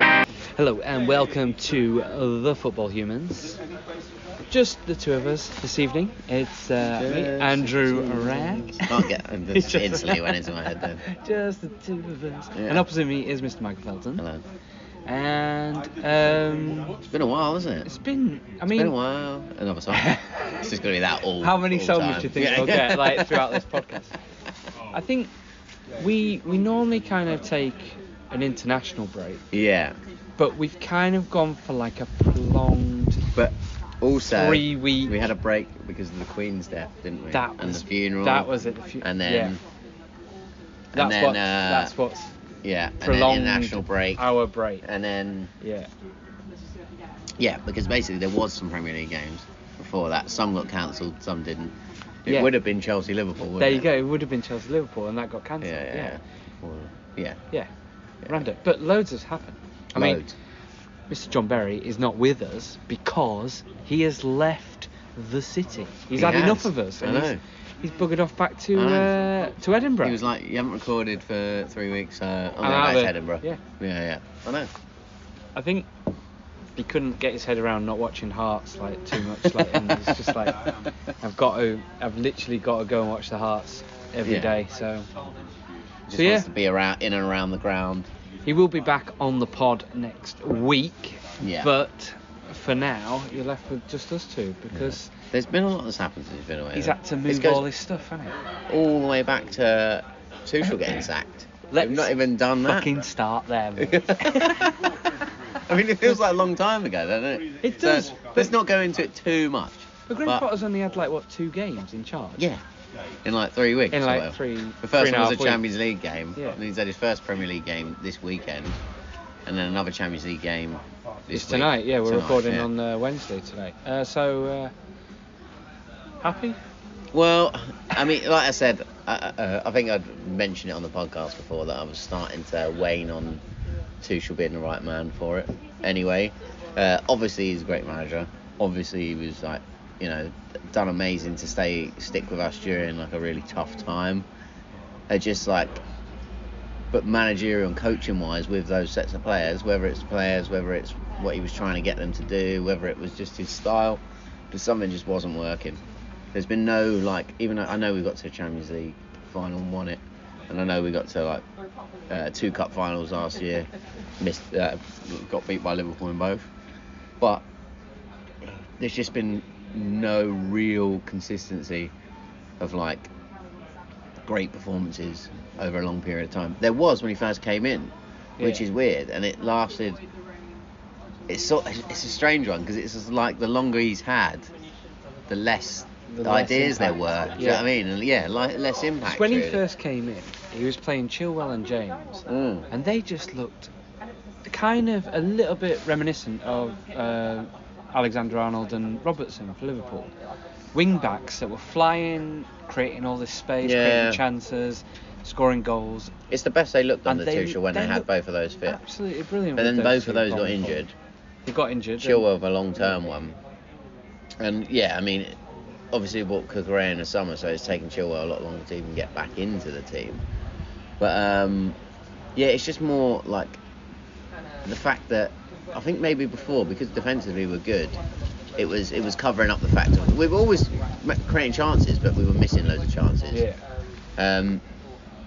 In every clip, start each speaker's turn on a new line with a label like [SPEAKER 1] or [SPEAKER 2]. [SPEAKER 1] Hello and welcome to uh, the Football Humans. Just the two of us this evening. It's uh, me,
[SPEAKER 2] Just
[SPEAKER 1] Andrew
[SPEAKER 2] the two of
[SPEAKER 1] Rag.
[SPEAKER 2] us. Oh, yeah, and this instantly went into my head then.
[SPEAKER 1] Just the two of us.
[SPEAKER 2] Yeah.
[SPEAKER 1] And opposite me is Mr. Michael Felton.
[SPEAKER 2] Hello.
[SPEAKER 1] And um,
[SPEAKER 2] It's been a while, isn't it?
[SPEAKER 1] it's been. I
[SPEAKER 2] it's
[SPEAKER 1] mean,
[SPEAKER 2] been a while. Another song. this is going to be that all.
[SPEAKER 1] How many
[SPEAKER 2] all
[SPEAKER 1] songs
[SPEAKER 2] time.
[SPEAKER 1] do you think we'll get, like, throughout this podcast? I think we we normally kind of take an international break,
[SPEAKER 2] Yeah,
[SPEAKER 1] but we've kind of gone for like a prolonged.
[SPEAKER 2] but also
[SPEAKER 1] Three week-
[SPEAKER 2] we had a break because of the Queen's death, didn't we?
[SPEAKER 1] That
[SPEAKER 2] and
[SPEAKER 1] was
[SPEAKER 2] the funeral.
[SPEAKER 1] That was it. The fu-
[SPEAKER 2] And then.
[SPEAKER 1] yeah. That's
[SPEAKER 2] and then,
[SPEAKER 1] what.
[SPEAKER 2] uh,
[SPEAKER 1] that's what's
[SPEAKER 2] Yeah.
[SPEAKER 1] prolonged.
[SPEAKER 2] And then international break.
[SPEAKER 1] Our break.
[SPEAKER 2] And then
[SPEAKER 1] Yeah.
[SPEAKER 2] yeah, because basically there was some Premier League games before that. Some got cancelled, some didn't. It
[SPEAKER 1] Yeah.
[SPEAKER 2] would have been Chelsea Liverpool. wouldn't
[SPEAKER 1] There you
[SPEAKER 2] it?
[SPEAKER 1] go. It would have been Chelsea Liverpool, and that got
[SPEAKER 2] Yeah,
[SPEAKER 1] cancelled.
[SPEAKER 2] yeah. Yeah. Or- yeah.
[SPEAKER 1] Yeah.
[SPEAKER 2] Yeah.
[SPEAKER 1] Random. But loads has happened. I mean,
[SPEAKER 2] Loads.
[SPEAKER 1] Mr. John Berry is not with us because he has left the city. He's
[SPEAKER 2] He
[SPEAKER 1] had
[SPEAKER 2] has.
[SPEAKER 1] enough of us.
[SPEAKER 2] I
[SPEAKER 1] and
[SPEAKER 2] know.
[SPEAKER 1] He's, he's buggered off back to
[SPEAKER 2] I
[SPEAKER 1] uh,
[SPEAKER 2] know.
[SPEAKER 1] to Edinburgh.
[SPEAKER 2] He was like, you haven't recorded for three weeks, uh, I'm
[SPEAKER 1] And
[SPEAKER 2] going back
[SPEAKER 1] Albert,
[SPEAKER 2] to Edinburgh.
[SPEAKER 1] Ah, yeah.
[SPEAKER 2] Yeah, yeah. I know.
[SPEAKER 1] I think he couldn't get his head around not watching Hearts like too much. Like, and it's just like um, I've got to, I've literally got to go and watch the Hearts every
[SPEAKER 2] Yeah.
[SPEAKER 1] day. So
[SPEAKER 2] Just
[SPEAKER 1] So, yeah.
[SPEAKER 2] wants to be around, in and around the ground.
[SPEAKER 1] he will be back on the pod next week.
[SPEAKER 2] Yeah.
[SPEAKER 1] But for now, you're left with just us two because
[SPEAKER 2] There's been a lot that's happened since he's been away.
[SPEAKER 1] he's
[SPEAKER 2] though.
[SPEAKER 1] had to
[SPEAKER 2] uh, This
[SPEAKER 1] move
[SPEAKER 2] goes
[SPEAKER 1] all his stuff, hasn't he?
[SPEAKER 2] all the way back to Tuchel getting sacked.
[SPEAKER 1] Let's
[SPEAKER 2] We've not even done that.
[SPEAKER 1] Fucking start there. mate.
[SPEAKER 2] I mean, it feels like a long time ago, doesn't it?
[SPEAKER 1] It
[SPEAKER 2] So,
[SPEAKER 1] does,
[SPEAKER 2] let's not go into it too much.
[SPEAKER 1] But Graham
[SPEAKER 2] But-
[SPEAKER 1] Potter's only had like what two games in charge.
[SPEAKER 2] Yeah. In like three weeks.
[SPEAKER 1] In
[SPEAKER 2] or
[SPEAKER 1] like
[SPEAKER 2] whatever.
[SPEAKER 1] three.
[SPEAKER 2] The first
[SPEAKER 1] three and
[SPEAKER 2] one was a
[SPEAKER 1] half weeks.
[SPEAKER 2] Champions League game,
[SPEAKER 1] Yeah.
[SPEAKER 2] and he's had his first Premier League game this weekend, and then another Champions League game this
[SPEAKER 1] It's
[SPEAKER 2] week.
[SPEAKER 1] tonight, yeah. We're
[SPEAKER 2] Tonight,
[SPEAKER 1] recording
[SPEAKER 2] yeah.
[SPEAKER 1] on uh, Wednesday tonight. Uh, so uh, happy?
[SPEAKER 2] Well, I mean, like I said, I, uh, I think I'd mentioned it on the podcast before that I was starting to wane on Tuchel being the right man for it. Anyway, uh, obviously he's a great manager. Obviously he was like, you know, done amazing to stay stick with us during like a really tough time. They're just like, but managerial and coaching wise with those sets of players, whether it's players, whether it's what he was trying to get them to do, whether it was just his style, but something just wasn't working. There's been no like, even though I know we got to a Champions League final and won it, and I know we got to like uh, two cup finals last year, missed, uh, got beat by Liverpool in both, but there's just been no real consistency of like great performances over a long period of time. There was when he first came in, which
[SPEAKER 1] Yeah.
[SPEAKER 2] is weird, and it lasted. It's sort it's a strange one because it's just like the longer he's had, the less
[SPEAKER 1] The less
[SPEAKER 2] ideas there were.
[SPEAKER 1] impact.
[SPEAKER 2] Do you know what I
[SPEAKER 1] Yeah.
[SPEAKER 2] mean? And yeah, like less impact.
[SPEAKER 1] when he
[SPEAKER 2] really.
[SPEAKER 1] first came in, he was playing Chilwell and James,
[SPEAKER 2] Mm.
[SPEAKER 1] and they just looked kind of a little bit reminiscent of uh, Alexander Arnold and Robertson for Liverpool. Wing backs that were flying, creating all this space,
[SPEAKER 2] Yeah.
[SPEAKER 1] creating chances, scoring goals.
[SPEAKER 2] It's the best they looked under
[SPEAKER 1] And they-
[SPEAKER 2] Tuchel when they,
[SPEAKER 1] they
[SPEAKER 2] had
[SPEAKER 1] look
[SPEAKER 2] both of those fit.
[SPEAKER 1] Absolutely brilliant.
[SPEAKER 2] But
[SPEAKER 1] with
[SPEAKER 2] then both
[SPEAKER 1] two
[SPEAKER 2] of those got
[SPEAKER 1] going forward.
[SPEAKER 2] injured.
[SPEAKER 1] He got injured. and-
[SPEAKER 2] Chilwell for a long term one. And yeah, I mean, obviously we bought Kukurea in the summer, so it's taken Chilwell a lot longer to even get back into the team. But um, yeah, it's just more like the fact that I think maybe before because defensively we're good, it was it was covering up the fact of we were always m- creating chances, but we were missing loads of chances.
[SPEAKER 1] Yeah.
[SPEAKER 2] Um,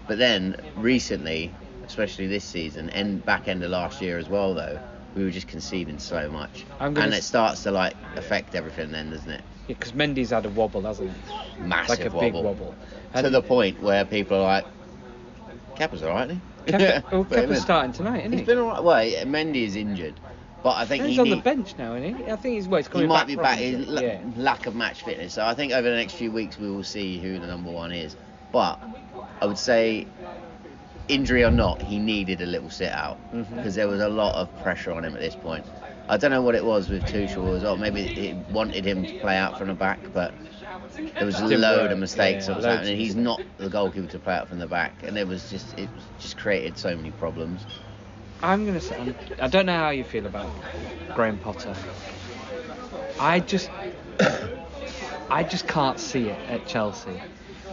[SPEAKER 2] but then recently, especially this season and back end of last year as well, though we were just conceding so much,
[SPEAKER 1] I'm
[SPEAKER 2] and
[SPEAKER 1] gonna
[SPEAKER 2] it
[SPEAKER 1] s-
[SPEAKER 2] starts to like affect everything then, doesn't it?
[SPEAKER 1] Because Mendy's had a wobble, hasn't he?
[SPEAKER 2] Massive
[SPEAKER 1] like a
[SPEAKER 2] wobble.
[SPEAKER 1] big wobble.
[SPEAKER 2] to the point where people are like, "Kepa's all right, isn't he?"
[SPEAKER 1] Kepa, well,
[SPEAKER 2] Put him
[SPEAKER 1] Kepa's
[SPEAKER 2] in.
[SPEAKER 1] starting tonight, isn't
[SPEAKER 2] He's
[SPEAKER 1] he?
[SPEAKER 2] been all right. Well, yeah, Mendy is injured, but I think
[SPEAKER 1] he's
[SPEAKER 2] he
[SPEAKER 1] on the
[SPEAKER 2] need-
[SPEAKER 1] bench now, isn't he? I think he's well, he's
[SPEAKER 2] He
[SPEAKER 1] coming
[SPEAKER 2] might
[SPEAKER 1] back
[SPEAKER 2] be
[SPEAKER 1] from
[SPEAKER 2] back.
[SPEAKER 1] injury.
[SPEAKER 2] His la-
[SPEAKER 1] yeah.
[SPEAKER 2] lack of match fitness. So I think over the next few weeks we will see who the number one is. But I would say, injury or not, he needed a little sit out because
[SPEAKER 1] Mhm.
[SPEAKER 2] there was a lot of pressure on him at this point. I don't know what it was with Tuchel as well. Maybe it wanted him to play out from the back, but there was a
[SPEAKER 1] Didn't
[SPEAKER 2] load
[SPEAKER 1] work.
[SPEAKER 2] of mistakes
[SPEAKER 1] Yeah,
[SPEAKER 2] that was
[SPEAKER 1] loads
[SPEAKER 2] happening.
[SPEAKER 1] of
[SPEAKER 2] He's not the goalkeeper to play out from the back, and it was just it just created so many problems.
[SPEAKER 1] I'm gonna say I'm, I don't know how you feel about Graham Potter. I just I just can't see it at Chelsea.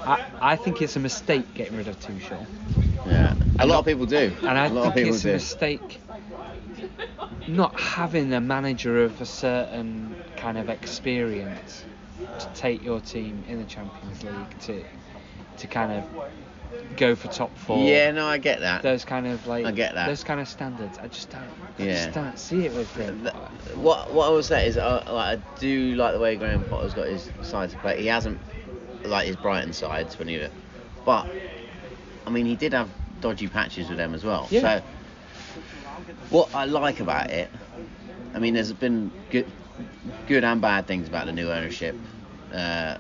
[SPEAKER 1] I, I think it's a mistake getting rid of Tuchel,
[SPEAKER 2] Yeah, a lot of people do.
[SPEAKER 1] and I
[SPEAKER 2] a lot of
[SPEAKER 1] think
[SPEAKER 2] people
[SPEAKER 1] it's a
[SPEAKER 2] do.
[SPEAKER 1] mistake not having a manager of a certain kind of experience to take your team in the Champions League to to kind of go for top four.
[SPEAKER 2] Yeah, no, I get that.
[SPEAKER 1] Those kind of like
[SPEAKER 2] I get that.
[SPEAKER 1] those kind of standards. I just don't. I
[SPEAKER 2] Yeah.
[SPEAKER 1] just don't see it with Graham.
[SPEAKER 2] Th-
[SPEAKER 1] Potter.
[SPEAKER 2] what what I would say is I, like, I do like the way Graham Potter's got his side to play. He hasn't like his Brighton sides when he was, but I mean he did have dodgy patches with them as well.
[SPEAKER 1] Yeah.
[SPEAKER 2] So what I like about it, I mean there's been good good and bad things about the new ownership uh,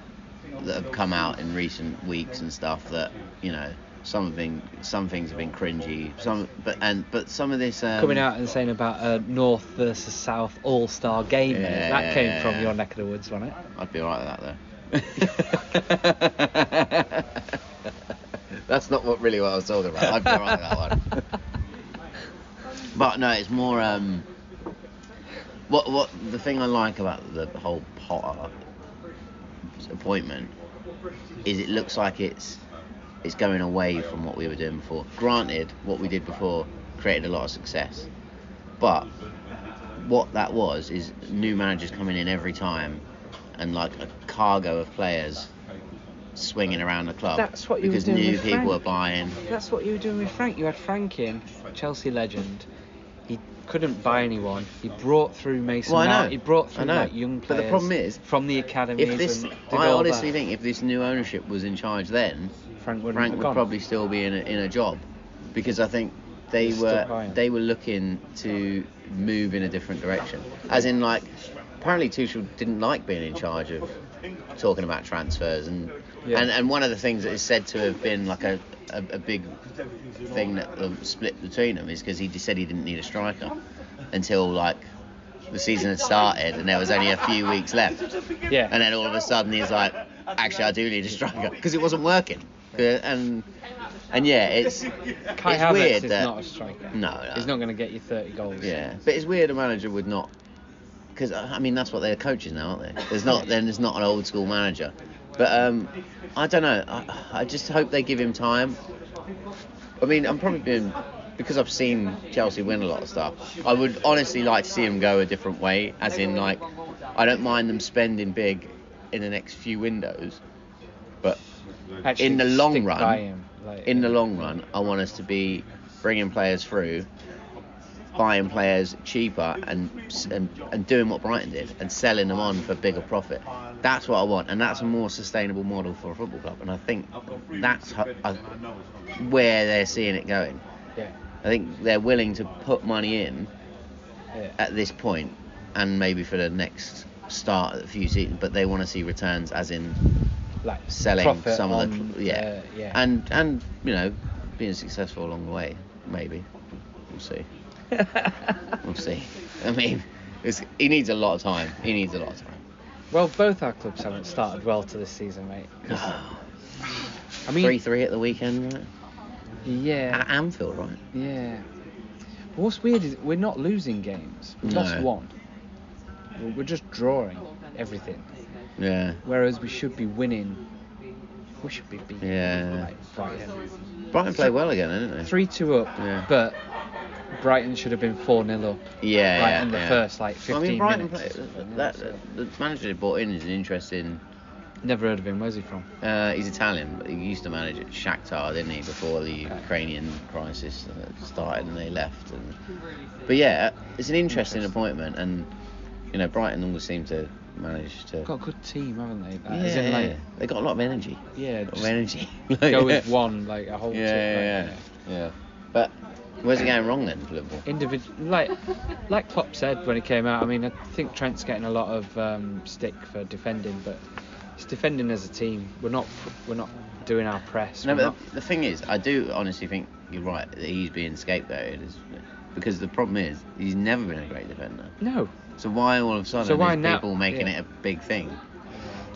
[SPEAKER 2] that have come out in recent weeks and stuff that you know some have been some things have been cringy some but and but some of this um,
[SPEAKER 1] Coming out and saying about a North versus South All Star game,
[SPEAKER 2] Yeah,
[SPEAKER 1] mate.
[SPEAKER 2] yeah,
[SPEAKER 1] that came
[SPEAKER 2] yeah,
[SPEAKER 1] from
[SPEAKER 2] yeah.
[SPEAKER 1] your neck of the woods, wasn't it?
[SPEAKER 2] I'd be alright with that though. That's not what really what I was talking about. I'd be alright with that one. But no, it's more um. What what the thing I like about the whole Potter appointment is it looks like it's it's going away from what we were doing before. Granted, what we did before created a lot of success, but what that was is new managers coming in every time and like a cargo of players swinging around the club
[SPEAKER 1] That's what you were
[SPEAKER 2] because
[SPEAKER 1] doing
[SPEAKER 2] new
[SPEAKER 1] with
[SPEAKER 2] people
[SPEAKER 1] Frank.
[SPEAKER 2] are buying.
[SPEAKER 1] That's what you were doing with Frank. You had Frank in, Chelsea legend. He couldn't buy anyone. He brought through Mason
[SPEAKER 2] Well, I
[SPEAKER 1] Mount.
[SPEAKER 2] know.
[SPEAKER 1] He brought
[SPEAKER 2] I
[SPEAKER 1] through
[SPEAKER 2] know.
[SPEAKER 1] like young
[SPEAKER 2] But the
[SPEAKER 1] players.
[SPEAKER 2] problem is,
[SPEAKER 1] from the academy.
[SPEAKER 2] If this, I honestly think if this new ownership was in charge then,
[SPEAKER 1] Frank would
[SPEAKER 2] Frank would probably still be in a, in a job, because I think they
[SPEAKER 1] He's still
[SPEAKER 2] were
[SPEAKER 1] hiring.
[SPEAKER 2] they were looking to move in a different direction. As in, like, apparently Tuchel didn't like being in charge of talking about transfers, and
[SPEAKER 1] Yeah.
[SPEAKER 2] and, and one of the things that is said to have been like a, a, a big thing that um, split between them is because he just said he didn't need a striker until like the season had started and there was only a few weeks left.
[SPEAKER 1] Yeah.
[SPEAKER 2] And then all of a sudden he's like, actually, I do need a striker because it wasn't working. Uh, And and yeah, it's
[SPEAKER 1] Kai
[SPEAKER 2] it's
[SPEAKER 1] Havertz
[SPEAKER 2] weird
[SPEAKER 1] is
[SPEAKER 2] that
[SPEAKER 1] not a striker.
[SPEAKER 2] No, no.
[SPEAKER 1] He's not going to get you 30 goals.
[SPEAKER 2] yeah, but it's weird a manager would not because I mean that's what they're coaches now, aren't they? There's not then there's not an old school manager, but um, I don't know. I, I just hope they give him time. I mean, I'm probably being because I've seen Chelsea win a lot of stuff. I would honestly like to see them go a different way, as in like I don't mind them spending big in the next few windows, but
[SPEAKER 1] Actually,
[SPEAKER 2] in the long
[SPEAKER 1] stick
[SPEAKER 2] run-
[SPEAKER 1] by him, like-
[SPEAKER 2] in the long run, I want us to be bringing players through, buying players cheaper, and and, and doing what Brighton did and selling them on for bigger profit. That's what I want, and that's a more sustainable model for a football club. And I think that's ho- I- where they're seeing it going.
[SPEAKER 1] Yeah.
[SPEAKER 2] I think they're willing to put money in
[SPEAKER 1] yeah.
[SPEAKER 2] at this point, and maybe for the next start of the few seasons, but they want to see returns, as in
[SPEAKER 1] like
[SPEAKER 2] selling
[SPEAKER 1] profit
[SPEAKER 2] some of the
[SPEAKER 1] on,
[SPEAKER 2] cl- yeah.
[SPEAKER 1] uh, yeah.
[SPEAKER 2] and and you know being successful along the way maybe we'll see we'll see I mean it's, he needs a lot of time he needs a lot of time
[SPEAKER 1] well, both our clubs haven't started well to this season, mate. 'cause- I mean,
[SPEAKER 2] three Ah. three at the weekend right
[SPEAKER 1] yeah,
[SPEAKER 2] at Anfield right
[SPEAKER 1] yeah. But what's weird is we're not losing games. We've lost
[SPEAKER 2] No.
[SPEAKER 1] one. We're- We're just drawing everything,
[SPEAKER 2] yeah
[SPEAKER 1] whereas we should be winning. We should be beating
[SPEAKER 2] Yeah.
[SPEAKER 1] like Brighton.
[SPEAKER 2] Brighton played well again didn't they
[SPEAKER 1] Three two up,
[SPEAKER 2] Yeah.
[SPEAKER 1] but Brighton should have been four 0 up.
[SPEAKER 2] yeah
[SPEAKER 1] Like,
[SPEAKER 2] yeah,
[SPEAKER 1] in the
[SPEAKER 2] yeah.
[SPEAKER 1] first, like,
[SPEAKER 2] I
[SPEAKER 1] 15
[SPEAKER 2] mean Brighton
[SPEAKER 1] minutes.
[SPEAKER 2] played that, the manager they brought in is an interesting
[SPEAKER 1] Never heard of him. Where's he from?
[SPEAKER 2] Uh, he's Italian, but he used to manage at Shakhtar, didn't he, before the Ukrainian crisis uh, started and they left. And, but yeah, it's an interesting appointment, and you know Brighton always seem to manage to.
[SPEAKER 1] Got a good team, haven't they?
[SPEAKER 2] yeah,
[SPEAKER 1] Like, as in, like,
[SPEAKER 2] they got a lot of energy.
[SPEAKER 1] yeah,
[SPEAKER 2] A lot of
[SPEAKER 1] just
[SPEAKER 2] energy.
[SPEAKER 1] go with one, like a
[SPEAKER 2] Yeah,
[SPEAKER 1] whole team.
[SPEAKER 2] yeah,
[SPEAKER 1] like,
[SPEAKER 2] yeah, yeah. But where's it going wrong then for Liverpool?
[SPEAKER 1] individual like like Klopp said when he came out. I mean, I think Trent's getting a lot of um, stick for defending, but it's defending as a team. We're not we're not doing our press.
[SPEAKER 2] No,
[SPEAKER 1] we're
[SPEAKER 2] but the, the thing is, I do honestly think you're right that he's being scapegoated, is- because the problem is he's never been a great defender.
[SPEAKER 1] not- no,
[SPEAKER 2] So why all of a sudden
[SPEAKER 1] So why
[SPEAKER 2] is
[SPEAKER 1] now?
[SPEAKER 2] people making
[SPEAKER 1] Yeah.
[SPEAKER 2] it a big thing?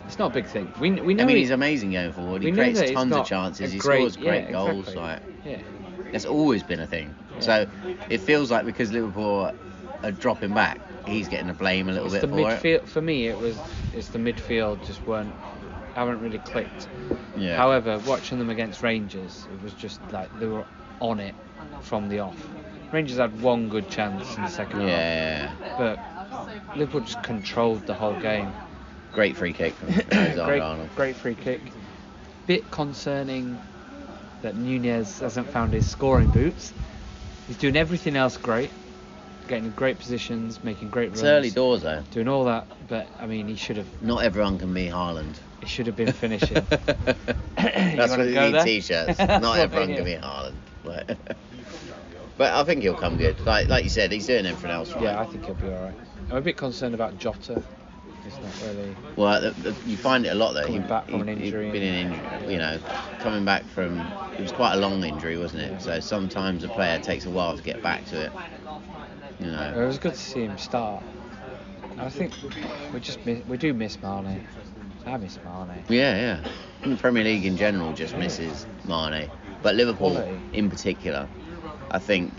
[SPEAKER 1] it's not a big thing. We we know
[SPEAKER 2] I mean,
[SPEAKER 1] he-
[SPEAKER 2] he's amazing going forward. He
[SPEAKER 1] we know
[SPEAKER 2] creates
[SPEAKER 1] that it's
[SPEAKER 2] tons of
[SPEAKER 1] not
[SPEAKER 2] chances.
[SPEAKER 1] a
[SPEAKER 2] He
[SPEAKER 1] great-
[SPEAKER 2] scores great
[SPEAKER 1] yeah,
[SPEAKER 2] goals.
[SPEAKER 1] exactly.
[SPEAKER 2] Like
[SPEAKER 1] yeah,
[SPEAKER 2] that's always been a thing. So it feels like because Liverpool are dropping back, he's getting the blame a little
[SPEAKER 1] it's
[SPEAKER 2] bit
[SPEAKER 1] the
[SPEAKER 2] for
[SPEAKER 1] midfield for me. It was it's the midfield just weren't haven't really clicked.
[SPEAKER 2] it. Yeah.
[SPEAKER 1] However, watching them against Rangers, it was just like they were on it from the off. Rangers had one good chance in the second
[SPEAKER 2] Yeah.
[SPEAKER 1] half, but Liverpool just controlled the whole game.
[SPEAKER 2] Great free kick from Alexander Arnold.
[SPEAKER 1] great, great free kick. Bit concerning that Nunez hasn't found his scoring boots. He's doing everything else great, getting in great positions, making great runs,
[SPEAKER 2] It's early doors though.
[SPEAKER 1] doing all that. But I mean, he should have
[SPEAKER 2] Not everyone can be Haaland.
[SPEAKER 1] he should have been finishing.
[SPEAKER 2] That's what
[SPEAKER 1] wanna
[SPEAKER 2] we
[SPEAKER 1] go
[SPEAKER 2] need
[SPEAKER 1] there?
[SPEAKER 2] t-shirts.
[SPEAKER 1] That's
[SPEAKER 2] Not
[SPEAKER 1] what
[SPEAKER 2] everyone
[SPEAKER 1] we
[SPEAKER 2] can be
[SPEAKER 1] need.
[SPEAKER 2] Haaland. But, but I think he'll come good. Like like you said, he's doing everything else right.
[SPEAKER 1] yeah, I think he'll be all right. I'm a bit concerned about Jota. It's not really.
[SPEAKER 2] Well, the, the, you find it a lot though.
[SPEAKER 1] Coming back from an
[SPEAKER 2] he'd
[SPEAKER 1] injury
[SPEAKER 2] been in
[SPEAKER 1] and-
[SPEAKER 2] injury, you know, coming back from it was quite a long injury, wasn't it? So sometimes a player takes a while to get back to it. You
[SPEAKER 1] It
[SPEAKER 2] know,
[SPEAKER 1] was good to see him start. I think we just miss, we do miss Marnie. I miss Marnie.
[SPEAKER 2] yeah, yeah. And the Premier League in general just misses Mane, but Liverpool
[SPEAKER 1] Quality.
[SPEAKER 2] in particular, I think.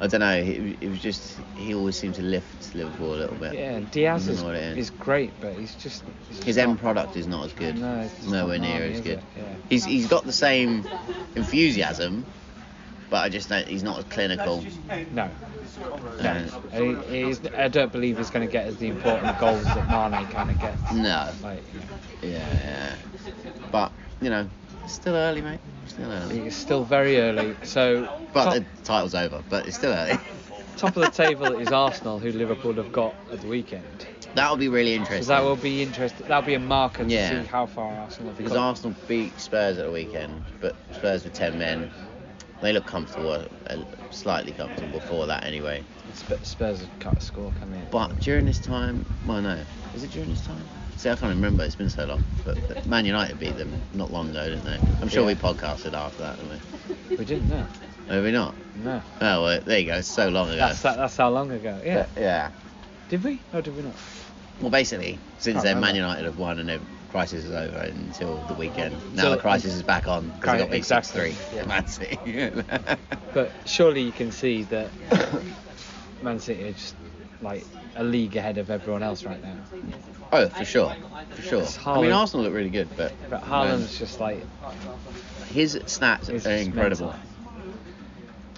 [SPEAKER 2] I don't know. It, it was just he always seemed to lift Liverpool a little bit.
[SPEAKER 1] Yeah, and Diaz
[SPEAKER 2] I don't
[SPEAKER 1] is,
[SPEAKER 2] know what it
[SPEAKER 1] is
[SPEAKER 2] is.
[SPEAKER 1] great, but he's just he's just
[SPEAKER 2] His
[SPEAKER 1] not-
[SPEAKER 2] end product is not as good.
[SPEAKER 1] No, it's just
[SPEAKER 2] Nowhere
[SPEAKER 1] not
[SPEAKER 2] near
[SPEAKER 1] Marnie,
[SPEAKER 2] as
[SPEAKER 1] is
[SPEAKER 2] good.
[SPEAKER 1] it? Yeah.
[SPEAKER 2] He's he's got the same enthusiasm, but I just don't, he's not as clinical.
[SPEAKER 1] No, no.
[SPEAKER 2] And-
[SPEAKER 1] He, he's, I don't believe he's going to get us the important goals that Marnie kind of gets.
[SPEAKER 2] No.
[SPEAKER 1] Like, you know,
[SPEAKER 2] Yeah. But you know, it's still early, mate. Still early.
[SPEAKER 1] it's still very early. So,
[SPEAKER 2] But
[SPEAKER 1] top,
[SPEAKER 2] the title's over. But it's still early.
[SPEAKER 1] top of the table is Arsenal, who Liverpool have got at the weekend.
[SPEAKER 2] That'll be really
[SPEAKER 1] So
[SPEAKER 2] interesting.
[SPEAKER 1] that will be interesting. That'll be a marker to
[SPEAKER 2] Yeah.
[SPEAKER 1] see how far Arsenal have
[SPEAKER 2] because
[SPEAKER 1] got.
[SPEAKER 2] Arsenal beat Spurs at the weekend, but Spurs were ten men. They look comfortable, uh, slightly comfortable before that anyway.
[SPEAKER 1] Sp- Spurs can't score, can they?
[SPEAKER 2] But during this time, well, no, is it during this time? See, I can't remember. It's been so long. But Man United beat them not long ago, didn't they? I'm sure
[SPEAKER 1] Yeah.
[SPEAKER 2] we podcasted after that, didn't
[SPEAKER 1] we didn't. No,
[SPEAKER 2] we? Maybe not.
[SPEAKER 1] no.
[SPEAKER 2] Oh, well, there you go. It's so long ago.
[SPEAKER 1] That's that, that's how long ago. Yeah.
[SPEAKER 2] But, yeah.
[SPEAKER 1] Did we? Or did we not?
[SPEAKER 2] Well, basically, since
[SPEAKER 1] Can't
[SPEAKER 2] then, Man
[SPEAKER 1] remember.
[SPEAKER 2] United have won and the crisis is over until the weekend. Now
[SPEAKER 1] So-
[SPEAKER 2] the crisis is back on because they
[SPEAKER 1] Kind-
[SPEAKER 2] got beat
[SPEAKER 1] exactly,
[SPEAKER 2] 6-3.
[SPEAKER 1] yeah.
[SPEAKER 2] Man City.
[SPEAKER 1] But surely you can see that Man City are just like a league ahead of everyone else right now.
[SPEAKER 2] oh, for sure. For sure.
[SPEAKER 1] It's
[SPEAKER 2] I mean,
[SPEAKER 1] Haaland.
[SPEAKER 2] Arsenal look really good, but...
[SPEAKER 1] But Haaland's just like
[SPEAKER 2] His
[SPEAKER 1] It's
[SPEAKER 2] stats are
[SPEAKER 1] just
[SPEAKER 2] incredible.
[SPEAKER 1] mental.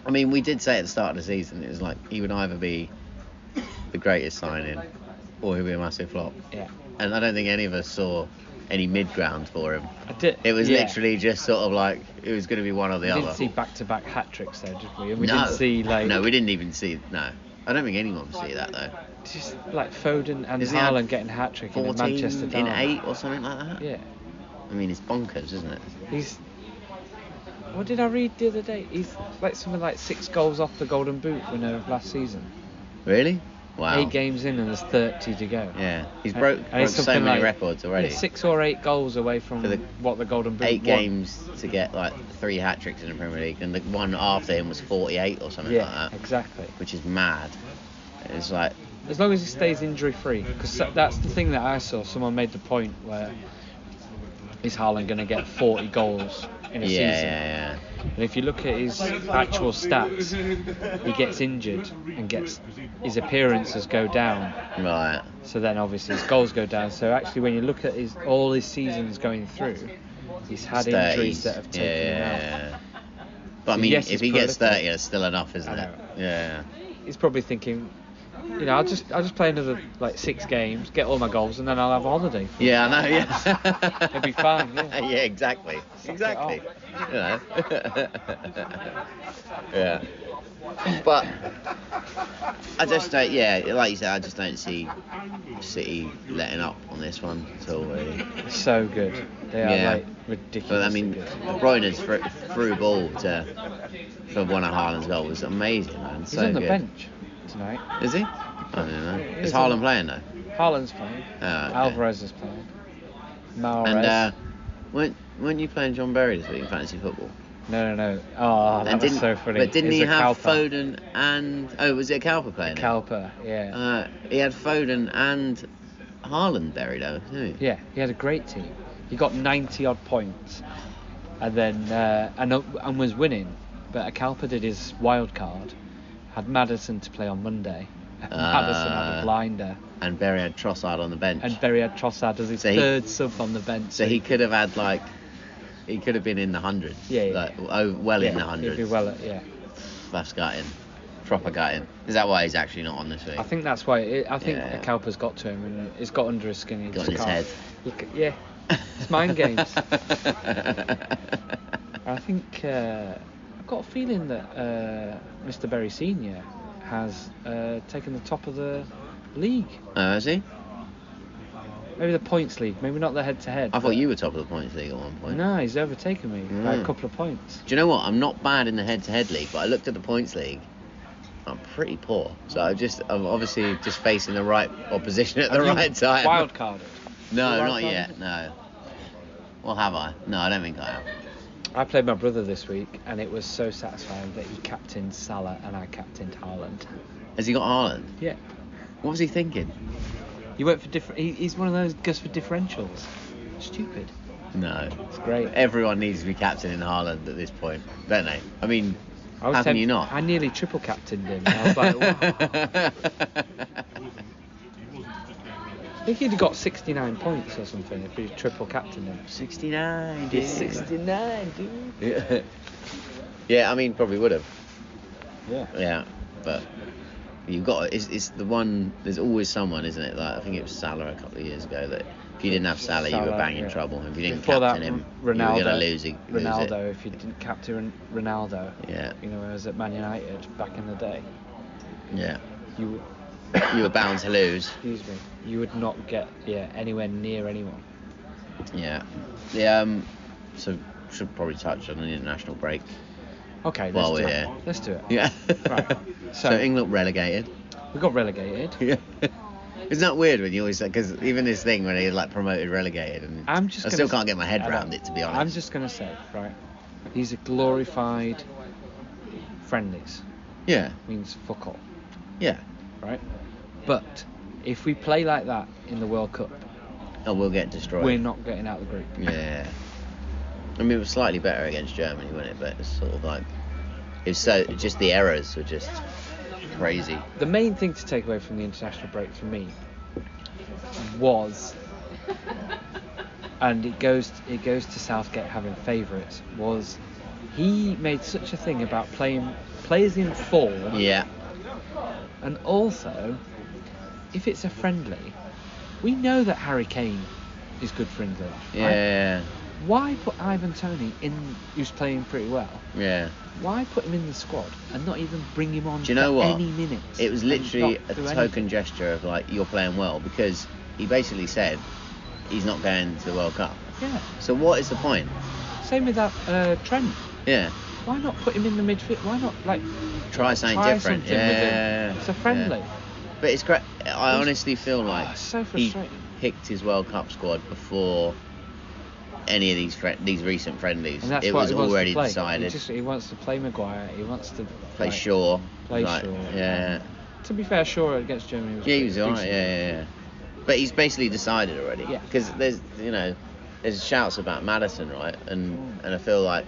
[SPEAKER 2] I mean, we did say at the start of the season, it was like he would either be the greatest signing or he'd be a massive flop.
[SPEAKER 1] yeah.
[SPEAKER 2] And I don't think any of us saw any mid ground for him.
[SPEAKER 1] I did,
[SPEAKER 2] It was
[SPEAKER 1] yeah.
[SPEAKER 2] literally just sort of like it was going to be one or the
[SPEAKER 1] We
[SPEAKER 2] other.
[SPEAKER 1] didn't see back-to-back hat tricks though, did we? And we
[SPEAKER 2] no.
[SPEAKER 1] didn't see like
[SPEAKER 2] No, we didn't even see. No, I don't think anyone see that though.
[SPEAKER 1] just like Foden and
[SPEAKER 2] Isn't he had
[SPEAKER 1] Haaland getting hat trick in a
[SPEAKER 2] 14
[SPEAKER 1] Manchester
[SPEAKER 2] in
[SPEAKER 1] derby.
[SPEAKER 2] eight or something like that.
[SPEAKER 1] Yeah,
[SPEAKER 2] I mean, it's bonkers, isn't it?
[SPEAKER 1] he's. What did I read the other day? He's like something like six goals off the Golden Boot winner of last season.
[SPEAKER 2] Really? Wow.
[SPEAKER 1] Eight games in and there's 30 to go.
[SPEAKER 2] Yeah, he's
[SPEAKER 1] And-
[SPEAKER 2] broke,
[SPEAKER 1] and
[SPEAKER 2] broke
[SPEAKER 1] it's
[SPEAKER 2] so
[SPEAKER 1] something
[SPEAKER 2] many
[SPEAKER 1] like-
[SPEAKER 2] records already.
[SPEAKER 1] yeah, six or eight goals away from
[SPEAKER 2] For the
[SPEAKER 1] what the Golden Boot.
[SPEAKER 2] eight
[SPEAKER 1] won.
[SPEAKER 2] games to get like three hat tricks in the Premier League, and the one after him was 48 or something
[SPEAKER 1] Yeah,
[SPEAKER 2] like that,
[SPEAKER 1] exactly.
[SPEAKER 2] which is mad. It's like,
[SPEAKER 1] As long as he stays injury free, because that's the thing that I saw. Someone made the point where is Haaland going to get 40 goals in
[SPEAKER 2] yeah,
[SPEAKER 1] a season?
[SPEAKER 2] yeah,
[SPEAKER 1] And if you look at his actual stats, he gets injured and gets his appearances go down.
[SPEAKER 2] yeah. Right.
[SPEAKER 1] So then obviously his goals go down. So actually, when you look at his all his seasons going through, he's had
[SPEAKER 2] It's 30s.
[SPEAKER 1] injuries that have taken
[SPEAKER 2] yeah,
[SPEAKER 1] him out.
[SPEAKER 2] yeah, yeah. But I
[SPEAKER 1] So
[SPEAKER 2] mean,
[SPEAKER 1] yes,
[SPEAKER 2] if
[SPEAKER 1] he's
[SPEAKER 2] he gets
[SPEAKER 1] prolific.
[SPEAKER 2] 30, it's still enough,
[SPEAKER 1] I
[SPEAKER 2] isn't it?
[SPEAKER 1] know.
[SPEAKER 2] Yeah.
[SPEAKER 1] He's probably thinking, you know, I'll just I'll just play another like six games, get all my goals, and then I'll have a holiday.
[SPEAKER 2] Yeah, I know, yeah.
[SPEAKER 1] It'll be fine, yeah.
[SPEAKER 2] exactly. Exactly. You know. yeah. But I just don't, yeah, like you said, I just don't see City letting up on this one at all, really.
[SPEAKER 1] So good. They are
[SPEAKER 2] Yeah.
[SPEAKER 1] like ridiculous.
[SPEAKER 2] But I mean, De Bruyne's thro- through ball to, for one of Haaland's goals was amazing, man.
[SPEAKER 1] he's
[SPEAKER 2] so
[SPEAKER 1] on the
[SPEAKER 2] good.
[SPEAKER 1] bench tonight.
[SPEAKER 2] Is he? I don't know. Is
[SPEAKER 1] He's on-
[SPEAKER 2] Haaland playing though?
[SPEAKER 1] Haaland's playing.
[SPEAKER 2] Ah, okay.
[SPEAKER 1] Alvarez is playing. Mahrez.
[SPEAKER 2] And uh, weren't, weren't you playing John Berry this week in fantasy football?
[SPEAKER 1] no, no, no. Oh, that
[SPEAKER 2] and
[SPEAKER 1] was
[SPEAKER 2] didn't-
[SPEAKER 1] so funny.
[SPEAKER 2] But didn't
[SPEAKER 1] It's
[SPEAKER 2] he
[SPEAKER 1] a
[SPEAKER 2] have
[SPEAKER 1] Kalpa.
[SPEAKER 2] Foden and oh was it Calper playing? it?
[SPEAKER 1] Kalpa, yeah.
[SPEAKER 2] Uh, he had Foden and Haaland buried though, didn't he?
[SPEAKER 1] Yeah, he had a great team. He got 90 odd points, and then uh, and and was winning. But Akalpa did his wild card, had Madison to play on Monday. and Madison had
[SPEAKER 2] Ah.
[SPEAKER 1] a blinder,
[SPEAKER 2] And Berry had Trossard on the bench.
[SPEAKER 1] and Berry had Trossard as his
[SPEAKER 2] So he-
[SPEAKER 1] third sub on the bench.
[SPEAKER 2] so he could have had like he could have been in the hundreds.
[SPEAKER 1] Yeah, yeah,
[SPEAKER 2] Like, oh, well in
[SPEAKER 1] Yeah,
[SPEAKER 2] the hundreds.
[SPEAKER 1] He'd be well, at, yeah.
[SPEAKER 2] That's gutting. proper gutting. Is that why he's actually not on this week?
[SPEAKER 1] I think that's why. It, I think
[SPEAKER 2] Yeah.
[SPEAKER 1] yeah. has got to him and it's got under his skin. He
[SPEAKER 2] Got
[SPEAKER 1] just
[SPEAKER 2] in his
[SPEAKER 1] can't-
[SPEAKER 2] head.
[SPEAKER 1] he c- yeah. It's mind games. I think uh, I've got a feeling that uh, Mr. Berry Senior has uh, taken the top of the league.
[SPEAKER 2] Oh, is he?
[SPEAKER 1] Maybe the points league. Maybe not the head-to-head.
[SPEAKER 2] I thought you were top of the points league at one point.
[SPEAKER 1] No, he's overtaken me by a
[SPEAKER 2] Mm.
[SPEAKER 1] couple of points.
[SPEAKER 2] Do you know what? I'm not bad in the head-to-head league, but I looked at the points league. I'm pretty poor, so I'm just I'm obviously just facing the right opposition at the
[SPEAKER 1] Have you
[SPEAKER 2] right time.
[SPEAKER 1] Wild card.
[SPEAKER 2] No,
[SPEAKER 1] Wild
[SPEAKER 2] not
[SPEAKER 1] card?
[SPEAKER 2] yet. No. Well, have I? No, I don't think I have.
[SPEAKER 1] I played my brother this week, and it was so satisfying that he captained Salah and I captained Haaland.
[SPEAKER 2] Has he got Haaland?
[SPEAKER 1] Yeah.
[SPEAKER 2] What was he thinking?
[SPEAKER 1] You went for different. He, he's one of those goes for differentials. Stupid.
[SPEAKER 2] No.
[SPEAKER 1] It's great.
[SPEAKER 2] Everyone needs to be captain in Haaland at this point, don't they? I mean,
[SPEAKER 1] I was
[SPEAKER 2] how can
[SPEAKER 1] temp-
[SPEAKER 2] you not?
[SPEAKER 1] I nearly triple captained him. I was like, wow. I think he'd have got 69 points or something if he triple captained him.
[SPEAKER 2] 69,
[SPEAKER 1] Yeah,
[SPEAKER 2] dude.
[SPEAKER 1] 69, dude.
[SPEAKER 2] Yeah. yeah, I mean, probably would have.
[SPEAKER 1] Yeah.
[SPEAKER 2] Yeah, but you've got it's, it's the one. There's always someone, isn't it? Like I think it was Salah a couple of years ago that if you didn't have Salah, you were
[SPEAKER 1] Salah,
[SPEAKER 2] bang in
[SPEAKER 1] yeah.
[SPEAKER 2] trouble. If you didn't
[SPEAKER 1] Before that,
[SPEAKER 2] captain him,
[SPEAKER 1] R-
[SPEAKER 2] you were
[SPEAKER 1] Ronaldo-
[SPEAKER 2] gonna lose it. lose it.
[SPEAKER 1] Ronaldo, if you didn't captain Ronaldo,
[SPEAKER 2] Yeah,
[SPEAKER 1] you know, when I was at Man United back in the day,
[SPEAKER 2] yeah.
[SPEAKER 1] you would,
[SPEAKER 2] You were bound to lose.
[SPEAKER 1] excuse me, you would not get yeah anywhere near anyone.
[SPEAKER 2] Yeah. Yeah. Um, so should probably touch on an international break.
[SPEAKER 1] Okay, let's
[SPEAKER 2] Well,
[SPEAKER 1] do
[SPEAKER 2] yeah.
[SPEAKER 1] it. Let's do it.
[SPEAKER 2] Yeah.
[SPEAKER 1] Right.
[SPEAKER 2] so,
[SPEAKER 1] So-
[SPEAKER 2] England relegated.
[SPEAKER 1] We got relegated.
[SPEAKER 2] Yeah. Isn't that weird when you always because even this thing when he like promoted relegated and
[SPEAKER 1] I'm just.
[SPEAKER 2] I
[SPEAKER 1] gonna
[SPEAKER 2] still
[SPEAKER 1] s-
[SPEAKER 2] can't get my head
[SPEAKER 1] I know.
[SPEAKER 2] around it to be honest.
[SPEAKER 1] I'm just gonna say right. These are glorified friendlies.
[SPEAKER 2] yeah
[SPEAKER 1] Means fuck all,
[SPEAKER 2] yeah.
[SPEAKER 1] right? But if we play like that in the World Cup,
[SPEAKER 2] Oh, we'll get destroyed.
[SPEAKER 1] we're not getting out of the group.
[SPEAKER 2] Yeah. I mean, it was slightly better against Germany, wasn't it? But it's sort of like it was so just the errors were just crazy.
[SPEAKER 1] The main thing to take away from the international break for me was, and it goes it goes to Southgate having favourites. Was he made such a thing about playing players in form,
[SPEAKER 2] Yeah.
[SPEAKER 1] and also if it's a friendly, we know that Harry Kane is good for England. right?
[SPEAKER 2] Yeah.
[SPEAKER 1] Why put Ivan Tony in, who's playing pretty well?
[SPEAKER 2] Yeah.
[SPEAKER 1] Why put him in the squad and not even bring him on
[SPEAKER 2] Do you know
[SPEAKER 1] for
[SPEAKER 2] what?
[SPEAKER 1] any minutes?
[SPEAKER 2] It was
[SPEAKER 1] and
[SPEAKER 2] literally
[SPEAKER 1] not
[SPEAKER 2] a
[SPEAKER 1] do
[SPEAKER 2] token
[SPEAKER 1] anything?
[SPEAKER 2] gesture of like you're playing well because he basically said he's not going to the World Cup.
[SPEAKER 1] Yeah.
[SPEAKER 2] So what is the point?
[SPEAKER 1] Same with that uh, Trent.
[SPEAKER 2] Yeah.
[SPEAKER 1] Why not put him in the midfield? Why not like
[SPEAKER 2] Try something
[SPEAKER 1] try
[SPEAKER 2] different.
[SPEAKER 1] something with
[SPEAKER 2] yeah.
[SPEAKER 1] him? It's a
[SPEAKER 2] yeah.
[SPEAKER 1] friendly.
[SPEAKER 2] But it's great. I honestly feel
[SPEAKER 1] Oh,
[SPEAKER 2] like
[SPEAKER 1] it's so
[SPEAKER 2] he
[SPEAKER 1] frustrating.
[SPEAKER 2] picked his World Cup squad before any of these fri these recent friendlies.
[SPEAKER 1] And that's
[SPEAKER 2] it
[SPEAKER 1] what
[SPEAKER 2] was
[SPEAKER 1] he wants
[SPEAKER 2] already
[SPEAKER 1] to play. He,
[SPEAKER 2] decided.
[SPEAKER 1] just, he wants to play Maguire. He wants to
[SPEAKER 2] play
[SPEAKER 1] like,
[SPEAKER 2] Shaw.
[SPEAKER 1] Play
[SPEAKER 2] like,
[SPEAKER 1] Shaw.
[SPEAKER 2] Yeah.
[SPEAKER 1] To be fair, Shaw against Germany was
[SPEAKER 2] Yeah, he was
[SPEAKER 1] pretty
[SPEAKER 2] alright. Yeah,
[SPEAKER 1] decent.
[SPEAKER 2] yeah, yeah. But he's basically decided already.
[SPEAKER 1] Yeah.
[SPEAKER 2] Because there's you know there's shouts about Madison right and and I feel like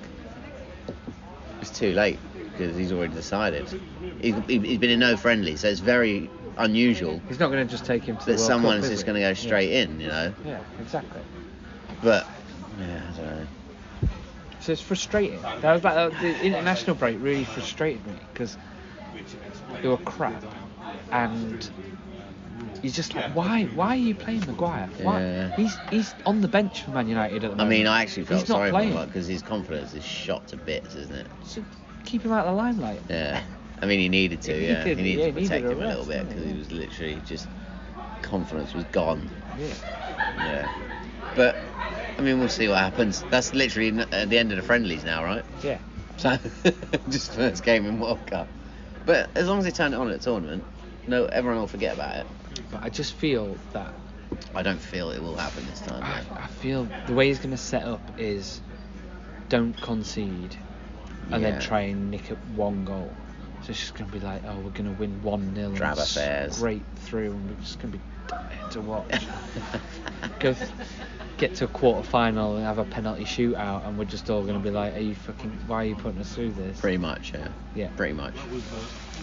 [SPEAKER 2] it's too late because he's already decided. He, he, he's been in no friendly, so it's very unusual
[SPEAKER 1] He's not going to just take him to the
[SPEAKER 2] that
[SPEAKER 1] World
[SPEAKER 2] someone's
[SPEAKER 1] Cup,
[SPEAKER 2] just going to go straight in. You know.
[SPEAKER 1] Yeah. yeah, exactly.
[SPEAKER 2] But yeah, I don't know.
[SPEAKER 1] So it's frustrating. That was like that- the international break really frustrated me because they were crap, and you're just like, why? Why are you playing Maguire? Why?
[SPEAKER 2] Yeah.
[SPEAKER 1] He's he's on the bench for Man United at the
[SPEAKER 2] I
[SPEAKER 1] moment.
[SPEAKER 2] mean, I actually felt
[SPEAKER 1] he's not
[SPEAKER 2] sorry
[SPEAKER 1] playing.
[SPEAKER 2] for him because his confidence is shot to bits, isn't it?
[SPEAKER 1] So keep him out of the limelight.
[SPEAKER 2] Yeah. I mean, he needed to.
[SPEAKER 1] He
[SPEAKER 2] yeah.
[SPEAKER 1] needed-
[SPEAKER 2] he needed
[SPEAKER 1] yeah,
[SPEAKER 2] to
[SPEAKER 1] he needed
[SPEAKER 2] protect
[SPEAKER 1] a
[SPEAKER 2] him a little
[SPEAKER 1] rest, didn't
[SPEAKER 2] bit because
[SPEAKER 1] he?
[SPEAKER 2] he was literally just confidence was gone.
[SPEAKER 1] Yeah.
[SPEAKER 2] Yeah. But I mean, we'll see what happens. That's literally n- at the end of the friendlies now, right?
[SPEAKER 1] Yeah.
[SPEAKER 2] So just first game in World Cup. But as long as they turn it on at the tournament, no, everyone will forget about it.
[SPEAKER 1] But I just feel that
[SPEAKER 2] I don't feel it will happen this time.
[SPEAKER 1] I,
[SPEAKER 2] though.
[SPEAKER 1] I feel the way he's going to set up is don't concede and
[SPEAKER 2] Yeah.
[SPEAKER 1] then try and nick at one goal. So it's just going to be like, oh, we're going to win 1 0
[SPEAKER 2] Drab affairs.
[SPEAKER 1] Great through, and we're just going to be dying to watch. Go th- get to a quarter final and have a penalty shootout, and we're just all going to be like, are you fucking, why are you putting us through this?
[SPEAKER 2] Pretty much, yeah.
[SPEAKER 1] Yeah.
[SPEAKER 2] Pretty much.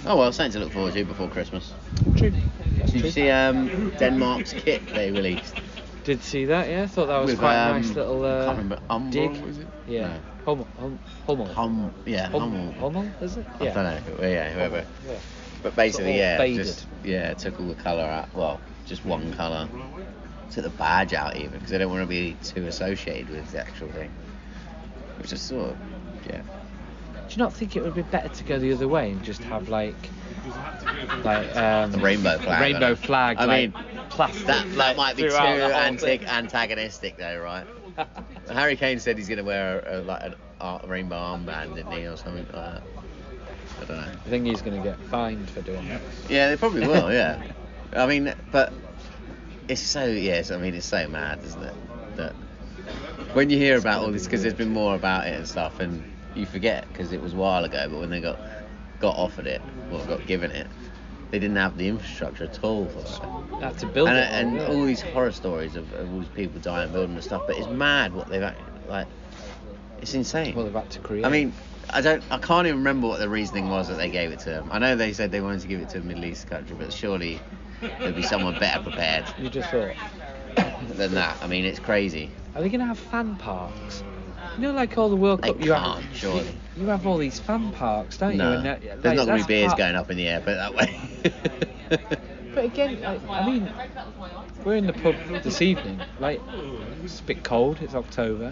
[SPEAKER 2] Oh well, something to look forward to before Christmas.
[SPEAKER 1] True. That's
[SPEAKER 2] Did you
[SPEAKER 1] true.
[SPEAKER 2] see um, Denmark's kit they released?
[SPEAKER 1] Did see that, yeah. Thought that was
[SPEAKER 2] With,
[SPEAKER 1] quite a
[SPEAKER 2] um,
[SPEAKER 1] nice little
[SPEAKER 2] I
[SPEAKER 1] uh,
[SPEAKER 2] can't remember, Umbro,
[SPEAKER 1] dig.
[SPEAKER 2] was it?
[SPEAKER 1] Yeah. Hummel. Hum, Hummel.
[SPEAKER 2] Hum, yeah,
[SPEAKER 1] Hum-
[SPEAKER 2] Hummel.
[SPEAKER 1] Hummel, is it?
[SPEAKER 2] I don't know. Yeah, whoever.
[SPEAKER 1] Yeah.
[SPEAKER 2] But basically,
[SPEAKER 1] all
[SPEAKER 2] yeah,
[SPEAKER 1] faded.
[SPEAKER 2] just yeah, took all the colour out. Well, just one colour. Took the badge out even because I don't want to be too associated with the actual thing. Which is sort of yeah.
[SPEAKER 1] Do you not think it would be better to go the other way and just have like, like um,
[SPEAKER 2] The rainbow flag,
[SPEAKER 1] Rainbow
[SPEAKER 2] I
[SPEAKER 1] flag.
[SPEAKER 2] I
[SPEAKER 1] like,
[SPEAKER 2] mean,
[SPEAKER 1] plastic.
[SPEAKER 2] That
[SPEAKER 1] like,
[SPEAKER 2] that might be too
[SPEAKER 1] throughout the whole
[SPEAKER 2] anti-
[SPEAKER 1] thing.
[SPEAKER 2] antagonistic though, right? Harry Kane said he's gonna wear a, a, like an art, rainbow armband, didn't he, or something like that. I don't know.
[SPEAKER 1] I think he's going to get fined for doing that.
[SPEAKER 2] Yeah, they probably will. Yeah, I mean, but it's so yes. I mean, it's so mad, isn't it? That when you hear about all this, because there's been more about it and stuff, and you forget because it was a while ago. But when they got got offered it, or got given it, they didn't have the infrastructure at all for it.
[SPEAKER 1] That to build
[SPEAKER 2] and
[SPEAKER 1] it.
[SPEAKER 2] and
[SPEAKER 1] yeah.
[SPEAKER 2] all these horror stories of, of all these people dying building and stuff. But it's mad what they've act- like. It's insane.
[SPEAKER 1] Well, they're about to create.
[SPEAKER 2] I mean, I don't, I can't even remember what the reasoning was that they gave it to them. I know they said they wanted to give it to a Middle East country, but surely there'd be someone better prepared
[SPEAKER 1] you just thought,
[SPEAKER 2] than that. I mean, it's crazy.
[SPEAKER 1] are they going to have fan parks? You know, like all the World
[SPEAKER 2] They
[SPEAKER 1] Cup. you have,
[SPEAKER 2] can't, surely.
[SPEAKER 1] You have all these fan parks, don't you?
[SPEAKER 2] No,
[SPEAKER 1] And that-
[SPEAKER 2] there's
[SPEAKER 1] like,
[SPEAKER 2] not gonna be
[SPEAKER 1] that's
[SPEAKER 2] beers
[SPEAKER 1] part-
[SPEAKER 2] going up in the air, but that way.
[SPEAKER 1] But again, like, I mean, we're in the pub this evening. Like, it's a bit cold. It's October.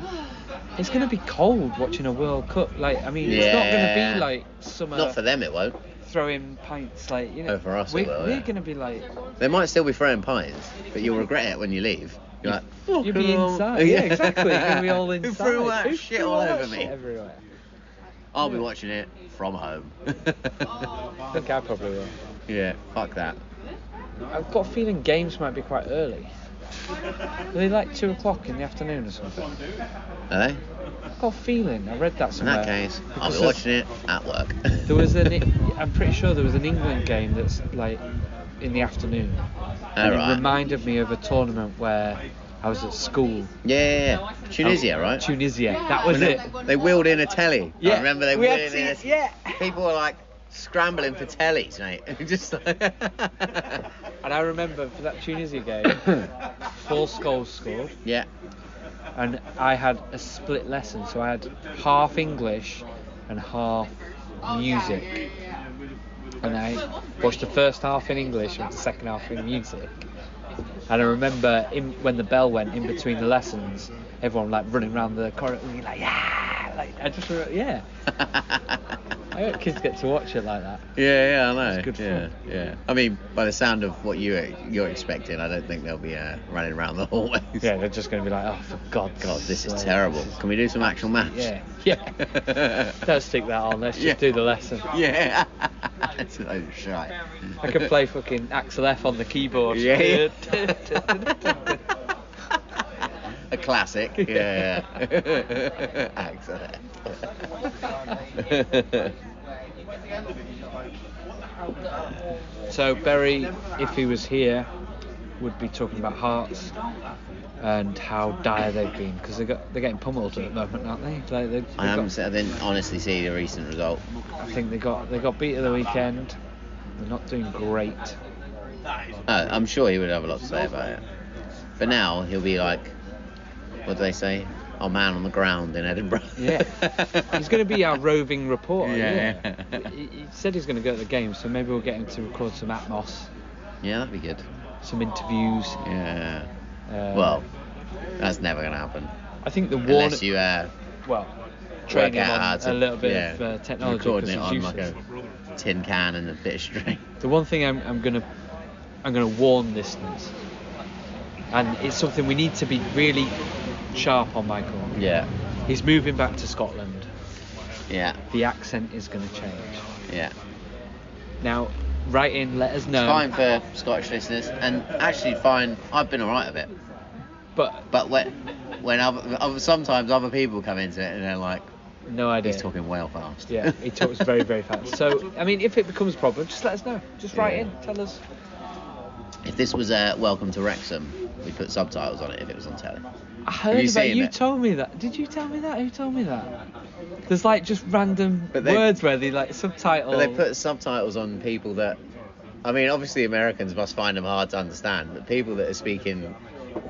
[SPEAKER 1] It's going to be cold watching a World Cup. Like, I mean, it's not going to
[SPEAKER 2] Yeah.
[SPEAKER 1] be like summer
[SPEAKER 2] not for them, it won't.
[SPEAKER 1] throwing pints. Like, you know,
[SPEAKER 2] Oh, for us it
[SPEAKER 1] we're,
[SPEAKER 2] will,
[SPEAKER 1] we're
[SPEAKER 2] yeah.
[SPEAKER 1] going to be like,
[SPEAKER 2] They might still be throwing pints, but you'll regret it when you leave. You're like,
[SPEAKER 1] You'll
[SPEAKER 2] "Fucking
[SPEAKER 1] be
[SPEAKER 2] hell."
[SPEAKER 1] inside. Yeah, exactly. You're gonna be all
[SPEAKER 2] Who
[SPEAKER 1] inside.
[SPEAKER 2] threw all that
[SPEAKER 1] Who
[SPEAKER 2] shit
[SPEAKER 1] threw
[SPEAKER 2] all
[SPEAKER 1] that
[SPEAKER 2] over
[SPEAKER 1] shit
[SPEAKER 2] me?
[SPEAKER 1] Everywhere.
[SPEAKER 2] I'll be watching it from home.
[SPEAKER 1] I think I probably will.
[SPEAKER 2] yeah, fuck that.
[SPEAKER 1] I've got a feeling games might be quite early. Are they like two o'clock in the afternoon or something?
[SPEAKER 2] Are they?
[SPEAKER 1] I've got a feeling. I read that
[SPEAKER 2] In
[SPEAKER 1] somewhere.
[SPEAKER 2] that case, I'll
[SPEAKER 1] Because
[SPEAKER 2] be watching it at work.
[SPEAKER 1] There was an. E, I'm pretty sure there was an England game that's like in the afternoon,
[SPEAKER 2] Ah,
[SPEAKER 1] and
[SPEAKER 2] Alright.
[SPEAKER 1] it reminded me of a tournament where I was at school.
[SPEAKER 2] Yeah, yeah, yeah. Tunisia,
[SPEAKER 1] Oh,
[SPEAKER 2] right?
[SPEAKER 1] Tunisia. That was
[SPEAKER 2] When they-
[SPEAKER 1] it.
[SPEAKER 2] They wheeled in a telly. I remember they
[SPEAKER 1] we
[SPEAKER 2] wheeled
[SPEAKER 1] had
[SPEAKER 2] in a
[SPEAKER 1] to, Yeah.
[SPEAKER 2] People were like scrambling for tellies, mate. Just like...
[SPEAKER 1] And I remember for that Tunisia game, four goals scored,
[SPEAKER 2] yeah.
[SPEAKER 1] and I had a split lesson, so I had half English and half music. And I watched the first half in English and the second half in music. And I remember in, when the bell went in between the lessons, everyone like running around the corridor, and like yeah, like I just remember, yeah. I hope kids get to watch it like that.
[SPEAKER 2] Yeah, yeah, I know.
[SPEAKER 1] It's good
[SPEAKER 2] yeah,
[SPEAKER 1] fun.
[SPEAKER 2] yeah. I mean, by the sound of what you you're expecting, I don't think they'll be uh, running around the hallways.
[SPEAKER 1] Yeah, they're just going to be like, oh, for God's
[SPEAKER 2] God, this is
[SPEAKER 1] sake."
[SPEAKER 2] terrible. Can we do some actual maths?
[SPEAKER 1] Yeah, yeah. Don't stick that on. Let's just
[SPEAKER 2] Yeah.
[SPEAKER 1] do the lesson.
[SPEAKER 2] yeah. It's so shy.
[SPEAKER 1] I could play fucking Axel F on the keyboard.
[SPEAKER 2] Yeah. A classic. Yeah. yeah. Excellent.
[SPEAKER 1] so Berry, if he was here, would be talking about Hearts and how dire they've been because they got they're getting pummeled at the moment, aren't they? Like they
[SPEAKER 2] I
[SPEAKER 1] they got-
[SPEAKER 2] haven't. se- I didn't honestly see the recent result.
[SPEAKER 1] I think they got they got beat at the weekend. They're not doing great.
[SPEAKER 2] Uh, I'm sure he would have a lot to say about it. But now he'll be like, what do they say? Our man on the ground in Edinburgh.
[SPEAKER 1] Yeah. He's going to be our roving reporter.
[SPEAKER 2] Yeah.
[SPEAKER 1] Yeah. He, he said he's going to go to the game, so maybe we'll get him to record some Atmos,
[SPEAKER 2] Yeah, that'd be good.
[SPEAKER 1] some interviews.
[SPEAKER 2] Yeah.
[SPEAKER 1] Uh,
[SPEAKER 2] Well, that's never gonna happen
[SPEAKER 1] I think the Warner.
[SPEAKER 2] unless you uh,
[SPEAKER 1] well,
[SPEAKER 2] work
[SPEAKER 1] training
[SPEAKER 2] out
[SPEAKER 1] on
[SPEAKER 2] how to
[SPEAKER 1] a little bit of
[SPEAKER 2] yeah,
[SPEAKER 1] uh, technology
[SPEAKER 2] Recording
[SPEAKER 1] because
[SPEAKER 2] it
[SPEAKER 1] it's
[SPEAKER 2] on
[SPEAKER 1] useless.
[SPEAKER 2] like a tin can and a bit of string.
[SPEAKER 1] The one thing I'm, I'm gonna I'm gonna warn listeners, and it's something we need to be really sharp on, Michael.
[SPEAKER 2] Yeah.
[SPEAKER 1] He's moving back to Scotland.
[SPEAKER 2] Yeah.
[SPEAKER 1] The accent is gonna change.
[SPEAKER 2] Yeah.
[SPEAKER 1] Now, write in, let us know.
[SPEAKER 2] Fine for Scottish listeners, and actually fine. I've been alright with it.
[SPEAKER 1] But
[SPEAKER 2] But when when other, other- sometimes other people come into it and they're like,
[SPEAKER 1] no idea.
[SPEAKER 2] he's talking well fast.
[SPEAKER 1] Yeah, he talks very very fast. So uh, I mean, if it becomes a problem, just let us know. Just write
[SPEAKER 2] Yeah.
[SPEAKER 1] in, tell us.
[SPEAKER 2] if this was uh, Welcome to Wrexham, we'd put subtitles on it if it was on telly.
[SPEAKER 1] I heard
[SPEAKER 2] you
[SPEAKER 1] about
[SPEAKER 2] seen
[SPEAKER 1] you
[SPEAKER 2] it?
[SPEAKER 1] told me that. Did you tell me that? Who told me that? There's like just random
[SPEAKER 2] But they-
[SPEAKER 1] words where they like subtitle.
[SPEAKER 2] But they put subtitles on people that, I mean, obviously Americans must find them hard to understand, but people that are speaking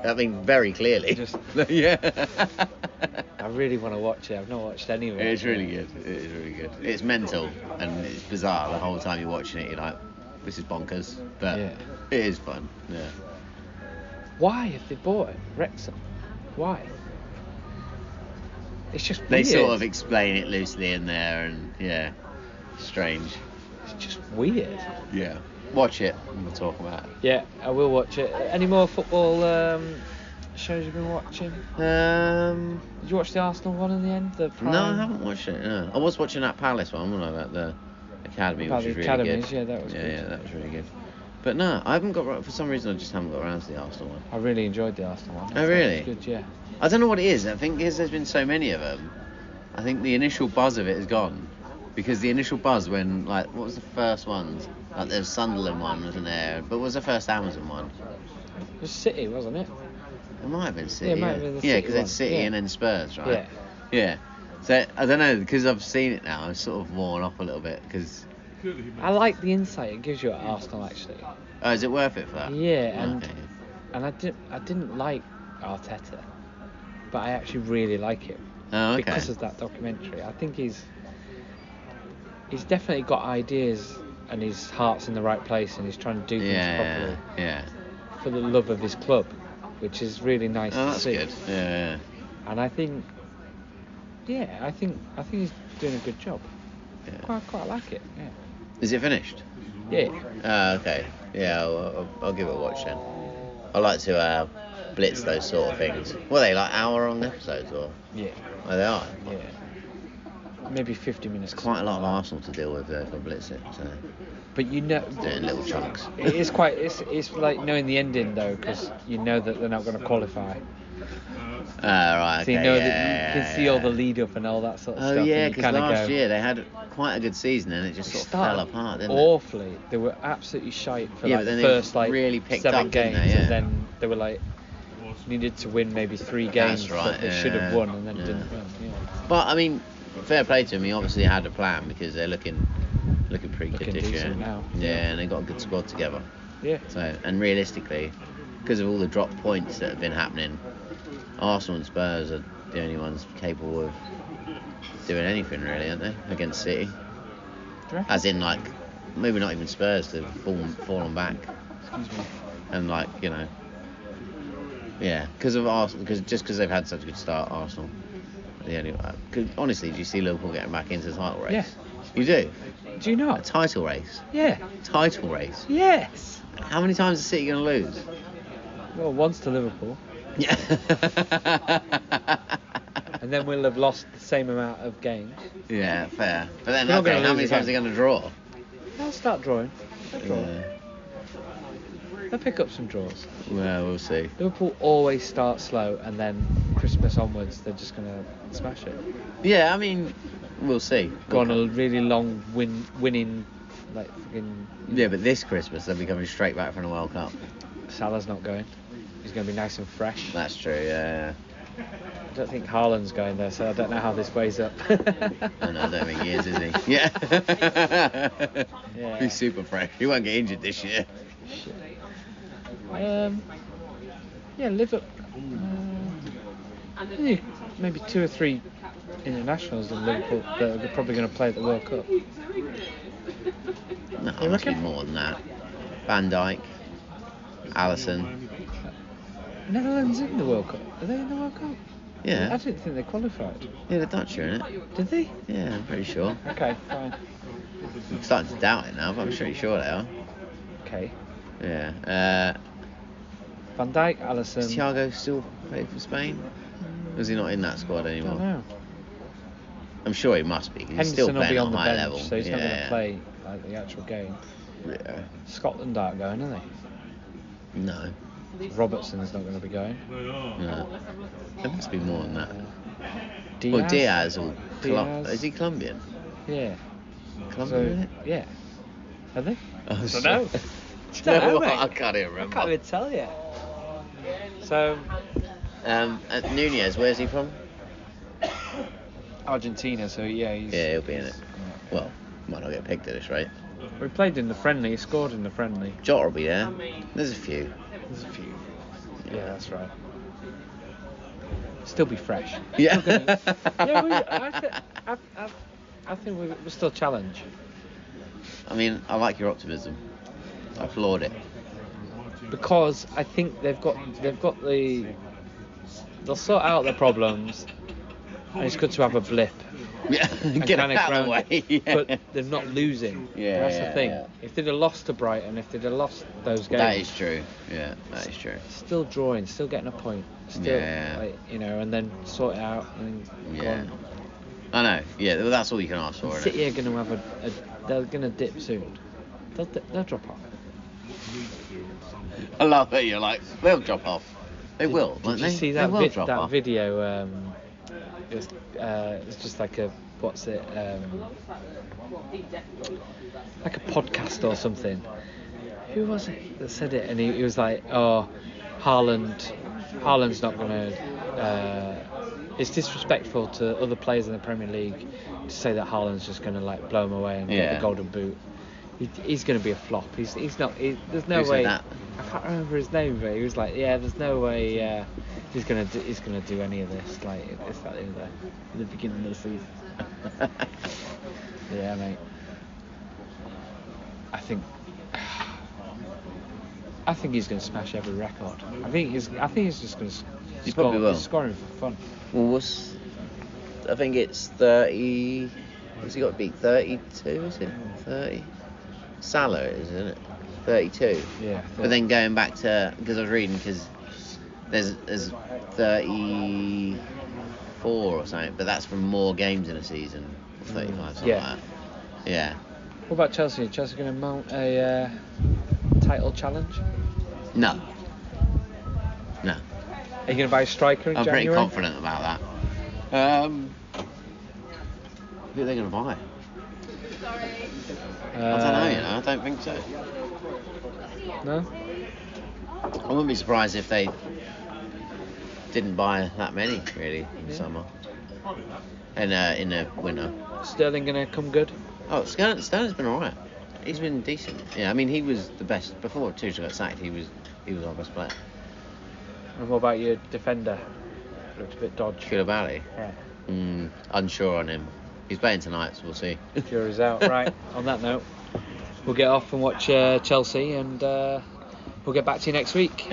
[SPEAKER 2] I mean, very clearly.
[SPEAKER 1] Just-
[SPEAKER 2] yeah.
[SPEAKER 1] I really want to watch it. I've not watched any of it.
[SPEAKER 2] It's really good. It is really good. It's mental and it's bizarre the whole time you're watching it. You're like, this is bonkers, but
[SPEAKER 1] Yeah.
[SPEAKER 2] it is fun. Yeah.
[SPEAKER 1] Why have they bought it, Wrexham? Why? It's just
[SPEAKER 2] They
[SPEAKER 1] weird.
[SPEAKER 2] sort of explain it loosely in there, and yeah, strange.
[SPEAKER 1] It's just weird.
[SPEAKER 2] Yeah. Watch it. and We'll talk about it.
[SPEAKER 1] Yeah, I will watch it. Any more football um, shows you've been watching?
[SPEAKER 2] Um.
[SPEAKER 1] Did you watch the Arsenal one in the end? The Prime?
[SPEAKER 2] No, I haven't watched it. No. I was watching that Palace one, wasn't I? That the Academy,
[SPEAKER 1] About
[SPEAKER 2] which
[SPEAKER 1] the
[SPEAKER 2] was really
[SPEAKER 1] academies,
[SPEAKER 2] good.
[SPEAKER 1] yeah, that was
[SPEAKER 2] yeah,
[SPEAKER 1] good.
[SPEAKER 2] yeah, that was really good. But no, I haven't got ro- for some reason I just haven't got around to the Arsenal one.
[SPEAKER 1] I really enjoyed the Arsenal one. I
[SPEAKER 2] Oh,
[SPEAKER 1] thought it was
[SPEAKER 2] really?
[SPEAKER 1] Good, yeah.
[SPEAKER 2] I don't know what it is. I think because there's been so many of them, I think the initial buzz of it is gone. Because the initial buzz when like what was the first ones? Like there's Sunderland one, wasn't there? But what was the first Amazon one?
[SPEAKER 1] It was City, wasn't it?
[SPEAKER 2] It might have been City.
[SPEAKER 1] Yeah, it might have been the
[SPEAKER 2] Yeah,
[SPEAKER 1] City
[SPEAKER 2] because
[SPEAKER 1] one,
[SPEAKER 2] it's City
[SPEAKER 1] yeah.
[SPEAKER 2] and then Spurs, right?
[SPEAKER 1] Yeah.
[SPEAKER 2] Yeah. So I don't know because I've seen it now. I'm sort of worn off a little bit because.
[SPEAKER 1] I like the insight it gives you at Arsenal actually,
[SPEAKER 2] Oh, is it worth it for that?
[SPEAKER 1] Yeah,
[SPEAKER 2] Oh,
[SPEAKER 1] and-
[SPEAKER 2] okay.
[SPEAKER 1] and I didn't I didn't like Arteta, but I actually really like him
[SPEAKER 2] Oh, okay.
[SPEAKER 1] because of that documentary. I think he's he's definitely got ideas and his heart's in the right place and he's trying to do
[SPEAKER 2] yeah,
[SPEAKER 1] things
[SPEAKER 2] yeah,
[SPEAKER 1] properly
[SPEAKER 2] yeah.
[SPEAKER 1] for the love of his club, which is really nice to
[SPEAKER 2] Oh, that's
[SPEAKER 1] see.
[SPEAKER 2] good. Yeah,
[SPEAKER 1] And I think yeah, I think I think he's doing a good job.
[SPEAKER 2] yeah, yeah.
[SPEAKER 1] Quite quite like it. Yeah.
[SPEAKER 2] Is it finished?
[SPEAKER 1] Yeah.
[SPEAKER 2] Ah, okay. Yeah, I'll, I'll, I'll give it a watch then. I like to uh, blitz those sort of things. Were they like hour-long episodes or?
[SPEAKER 1] Yeah.
[SPEAKER 2] Oh, they are.
[SPEAKER 1] Yeah. Maybe 50 minutes.
[SPEAKER 2] It's quite a lot of Arsenal to deal with though if I blitz it. So
[SPEAKER 1] But you know,
[SPEAKER 2] do it in little chunks.
[SPEAKER 1] it is quite. It's it's like knowing the ending though, because you know that they're not going to qualify.
[SPEAKER 2] Ah, right.
[SPEAKER 1] so you
[SPEAKER 2] okay,
[SPEAKER 1] know that
[SPEAKER 2] yeah,
[SPEAKER 1] you can
[SPEAKER 2] yeah,
[SPEAKER 1] see all the
[SPEAKER 2] yeah.
[SPEAKER 1] lead up and all that sort of
[SPEAKER 2] Oh
[SPEAKER 1] stuff.
[SPEAKER 2] yeah,
[SPEAKER 1] and you
[SPEAKER 2] because
[SPEAKER 1] kinda
[SPEAKER 2] last
[SPEAKER 1] go,
[SPEAKER 2] year they had quite a good season and it just
[SPEAKER 1] "They
[SPEAKER 2] sort of fell
[SPEAKER 1] started
[SPEAKER 2] apart, didn't it?
[SPEAKER 1] awfully. They were absolutely shite for
[SPEAKER 2] Yeah,
[SPEAKER 1] like
[SPEAKER 2] but then
[SPEAKER 1] the
[SPEAKER 2] they
[SPEAKER 1] first like
[SPEAKER 2] really picked
[SPEAKER 1] seven
[SPEAKER 2] up,
[SPEAKER 1] games,
[SPEAKER 2] didn't they?
[SPEAKER 1] and
[SPEAKER 2] Yeah.
[SPEAKER 1] then they were like needed to win maybe three
[SPEAKER 2] That's
[SPEAKER 1] games
[SPEAKER 2] right,
[SPEAKER 1] that they should have
[SPEAKER 2] yeah,
[SPEAKER 1] won and then
[SPEAKER 2] yeah.
[SPEAKER 1] didn't win. Yeah.
[SPEAKER 2] But I mean, fair play to him. He obviously had a plan because they're looking, looking pretty
[SPEAKER 1] Looking
[SPEAKER 2] good this year.
[SPEAKER 1] decent now.
[SPEAKER 2] Yeah, and they got a good squad together.
[SPEAKER 1] yeah.
[SPEAKER 2] So, and realistically, because of all the drop points that have been happening, Arsenal and Spurs are the only ones capable of doing anything really, aren't they? Against City,
[SPEAKER 1] Do you reckon?
[SPEAKER 2] as in like, maybe not even Spurs to fallen fallen back,
[SPEAKER 1] Excuse me.
[SPEAKER 2] and like you know, yeah, because of Arsenal, because just because they've had such a good start, Arsenal. The only, cause honestly, do you see Liverpool getting back into the title race?
[SPEAKER 1] Yeah.
[SPEAKER 2] You do.
[SPEAKER 1] Do you
[SPEAKER 2] A
[SPEAKER 1] not?
[SPEAKER 2] title race.
[SPEAKER 1] Yeah.
[SPEAKER 2] Title race.
[SPEAKER 1] Yes.
[SPEAKER 2] How many times is City going to lose?
[SPEAKER 1] Well, once to Liverpool.
[SPEAKER 2] Yeah.
[SPEAKER 1] and then we'll have lost the same amount of games.
[SPEAKER 2] yeah, fair. But then,
[SPEAKER 1] We're not
[SPEAKER 2] okay,
[SPEAKER 1] gonna
[SPEAKER 2] how
[SPEAKER 1] lose
[SPEAKER 2] many times are they
[SPEAKER 1] again.
[SPEAKER 2] going to draw?
[SPEAKER 1] I'll start drawing. I'll, draw.
[SPEAKER 2] Yeah.
[SPEAKER 1] I'll pick up some draws.
[SPEAKER 2] Well, we'll see.
[SPEAKER 1] Liverpool always start slow, and then Christmas onwards, they're just gonna smash it.
[SPEAKER 2] Yeah, I mean, we'll see.
[SPEAKER 1] Go on
[SPEAKER 2] We'll-
[SPEAKER 1] a really long win, winning, like fucking.
[SPEAKER 2] Yeah, but this Christmas they'll be coming straight back from the World Cup.
[SPEAKER 1] Salah's not going. He's gonna be nice and fresh.
[SPEAKER 2] That's true. Yeah.
[SPEAKER 1] I don't think Haaland's going there, so I don't know how this weighs up.
[SPEAKER 2] I know. I don't think he is, is he? Yeah.
[SPEAKER 1] Yeah.
[SPEAKER 2] He's super fresh. He won't get injured this year.
[SPEAKER 1] Um, yeah, Liverpool. yeah, maybe two or three internationals in Liverpool that are probably going to play at the World Cup.
[SPEAKER 2] No, it must be
[SPEAKER 1] reckon?
[SPEAKER 2] more than that. Van Dyke, Allison.
[SPEAKER 1] Netherlands in the World Cup? Are they in the World Cup? I
[SPEAKER 2] Yeah.
[SPEAKER 1] didn't think they qualified.
[SPEAKER 2] Yeah, the Dutch are in it.
[SPEAKER 1] Did they?
[SPEAKER 2] Yeah, I'm pretty sure.
[SPEAKER 1] Okay, fine.
[SPEAKER 2] I'm starting to doubt it now, but I'm pretty sure they are.
[SPEAKER 1] Okay.
[SPEAKER 2] Yeah. Uh,
[SPEAKER 1] Van Dijk, Allison.
[SPEAKER 2] Does Thiago still play for Spain? Or is he not in that squad
[SPEAKER 1] I don't
[SPEAKER 2] anymore?
[SPEAKER 1] know.
[SPEAKER 2] I'm sure he must be. 'cause He's
[SPEAKER 1] Henderson
[SPEAKER 2] still
[SPEAKER 1] will
[SPEAKER 2] playing
[SPEAKER 1] be
[SPEAKER 2] at
[SPEAKER 1] on
[SPEAKER 2] a
[SPEAKER 1] the
[SPEAKER 2] high
[SPEAKER 1] bench,
[SPEAKER 2] level.
[SPEAKER 1] so he's not going to
[SPEAKER 2] yeah.
[SPEAKER 1] play like the actual game.
[SPEAKER 2] Yeah.
[SPEAKER 1] Scotland aren't going, are
[SPEAKER 2] No.
[SPEAKER 1] they? Robertson's not going to be going.
[SPEAKER 2] No. There must be more than that.
[SPEAKER 1] Diaz.
[SPEAKER 2] Or Oh, Diaz or Colo-
[SPEAKER 1] Diaz.
[SPEAKER 2] is he Colombian?
[SPEAKER 1] Yeah.
[SPEAKER 2] Colombian? isn't it?
[SPEAKER 1] So, yeah. Are they?
[SPEAKER 2] Oh, sorry.
[SPEAKER 1] know.
[SPEAKER 2] Do you
[SPEAKER 1] Don't
[SPEAKER 2] know
[SPEAKER 1] know,
[SPEAKER 2] what?
[SPEAKER 1] mate.
[SPEAKER 2] I can't even
[SPEAKER 1] I
[SPEAKER 2] remember.
[SPEAKER 1] can't even tell you. So,
[SPEAKER 2] Um, uh, Nunez, where's he from?
[SPEAKER 1] Argentina, so yeah, he's.
[SPEAKER 2] Yeah, he'll be in it. Well, might not get picked at this rate.
[SPEAKER 1] We played in the friendly, he scored in the friendly.
[SPEAKER 2] Jota will be there. There's a few.
[SPEAKER 1] There's a few. Yeah, that's right. Still be fresh.
[SPEAKER 2] Yeah.
[SPEAKER 1] Still gonna- yeah, we, I, th- I, I, I think we, we're still challenged.
[SPEAKER 2] I mean, I like your optimism. I applaud it.
[SPEAKER 1] because I think they've got they've got the they'll sort out their problems. And it's good to have a blip.
[SPEAKER 2] Yeah,
[SPEAKER 1] and
[SPEAKER 2] get
[SPEAKER 1] kinda
[SPEAKER 2] out of the
[SPEAKER 1] ground
[SPEAKER 2] way.
[SPEAKER 1] it.
[SPEAKER 2] Yeah.
[SPEAKER 1] But they're not losing.
[SPEAKER 2] Yeah,
[SPEAKER 1] that's
[SPEAKER 2] yeah,
[SPEAKER 1] the thing.
[SPEAKER 2] yeah.
[SPEAKER 1] If they'd have lost to Brighton, if they'd have lost those games,
[SPEAKER 2] that is true. Yeah, that is true.
[SPEAKER 1] still drawing, still getting a point, still
[SPEAKER 2] Yeah.
[SPEAKER 1] like, you know, and then sort it out and then go
[SPEAKER 2] Yeah.
[SPEAKER 1] on.
[SPEAKER 2] I know. Yeah, well, that's all you can ask for.
[SPEAKER 1] And
[SPEAKER 2] Isn't
[SPEAKER 1] City
[SPEAKER 2] it?
[SPEAKER 1] are going to have a, a they're going to dip soon. They'll, dip- they'll drop off.
[SPEAKER 2] I love that you're like they'll drop off. They
[SPEAKER 1] Did-
[SPEAKER 2] will.
[SPEAKER 1] Did
[SPEAKER 2] won't
[SPEAKER 1] you
[SPEAKER 2] they?
[SPEAKER 1] see
[SPEAKER 2] They
[SPEAKER 1] that,
[SPEAKER 2] will
[SPEAKER 1] vid-
[SPEAKER 2] drop
[SPEAKER 1] that
[SPEAKER 2] off.
[SPEAKER 1] video? Um, it was, uh, it's just like a what's it? Um, like a podcast or something. Who was it that said it? And he, he was like, "Oh, Haaland, Haaland's not gonna. Uh, it's disrespectful to other players in the Premier League to say that Haaland's just gonna like blow him away and get
[SPEAKER 2] Yeah.
[SPEAKER 1] the golden boot. He, he's gonna be a flop. He's he's not. He, there's no
[SPEAKER 2] Who said
[SPEAKER 1] way.
[SPEAKER 2] that?
[SPEAKER 1] I can't remember his name, but he was like, "Yeah, there's no way uh, he's gonna do, he's gonna do any of this." Like it's like in the, in the beginning of the season. yeah, mate. I think I think he's gonna smash every record. I think he's I think he's just gonna s-
[SPEAKER 2] He
[SPEAKER 1] score.
[SPEAKER 2] probably will.
[SPEAKER 1] He's scoring for fun.
[SPEAKER 2] Well, what's? I think it's thirty. Has he got to beat thirty-two? Is it thirty? Salah, isn't it? Thirty-two.
[SPEAKER 1] Yeah.
[SPEAKER 2] But then going back to because I was reading because there's there's 34 or something, but that's from more games in a season. Or 35 something
[SPEAKER 1] Yeah.
[SPEAKER 2] like that. Yeah.
[SPEAKER 1] what about Chelsea? Are Chelsea gonna mount a uh, title challenge?
[SPEAKER 2] No. No.
[SPEAKER 1] Are you gonna buy a striker in
[SPEAKER 2] I'm
[SPEAKER 1] January?
[SPEAKER 2] pretty confident about that. Um. Who are they gonna buy? I don't
[SPEAKER 1] Uh,
[SPEAKER 2] know. You know, I don't think so.
[SPEAKER 1] know. No.
[SPEAKER 2] I wouldn't be surprised if they didn't buy that many really in the
[SPEAKER 1] Yeah.
[SPEAKER 2] summer and uh, in the winter.
[SPEAKER 1] Sterling gonna come good?
[SPEAKER 2] Oh, Sterling, Sterling's been alright. He's been decent. Yeah, I mean he was the best before Tuchel got sacked. He was he was our best player.
[SPEAKER 1] And what about your defender? Looked a bit dodgy.
[SPEAKER 2] Koulibaly,
[SPEAKER 1] Yeah.
[SPEAKER 2] mm, unsure on him. He's playing tonight, so we'll see.
[SPEAKER 1] Jury's out. Right. On that note, we'll get off and watch uh, Chelsea, and uh, we'll get back to you next week.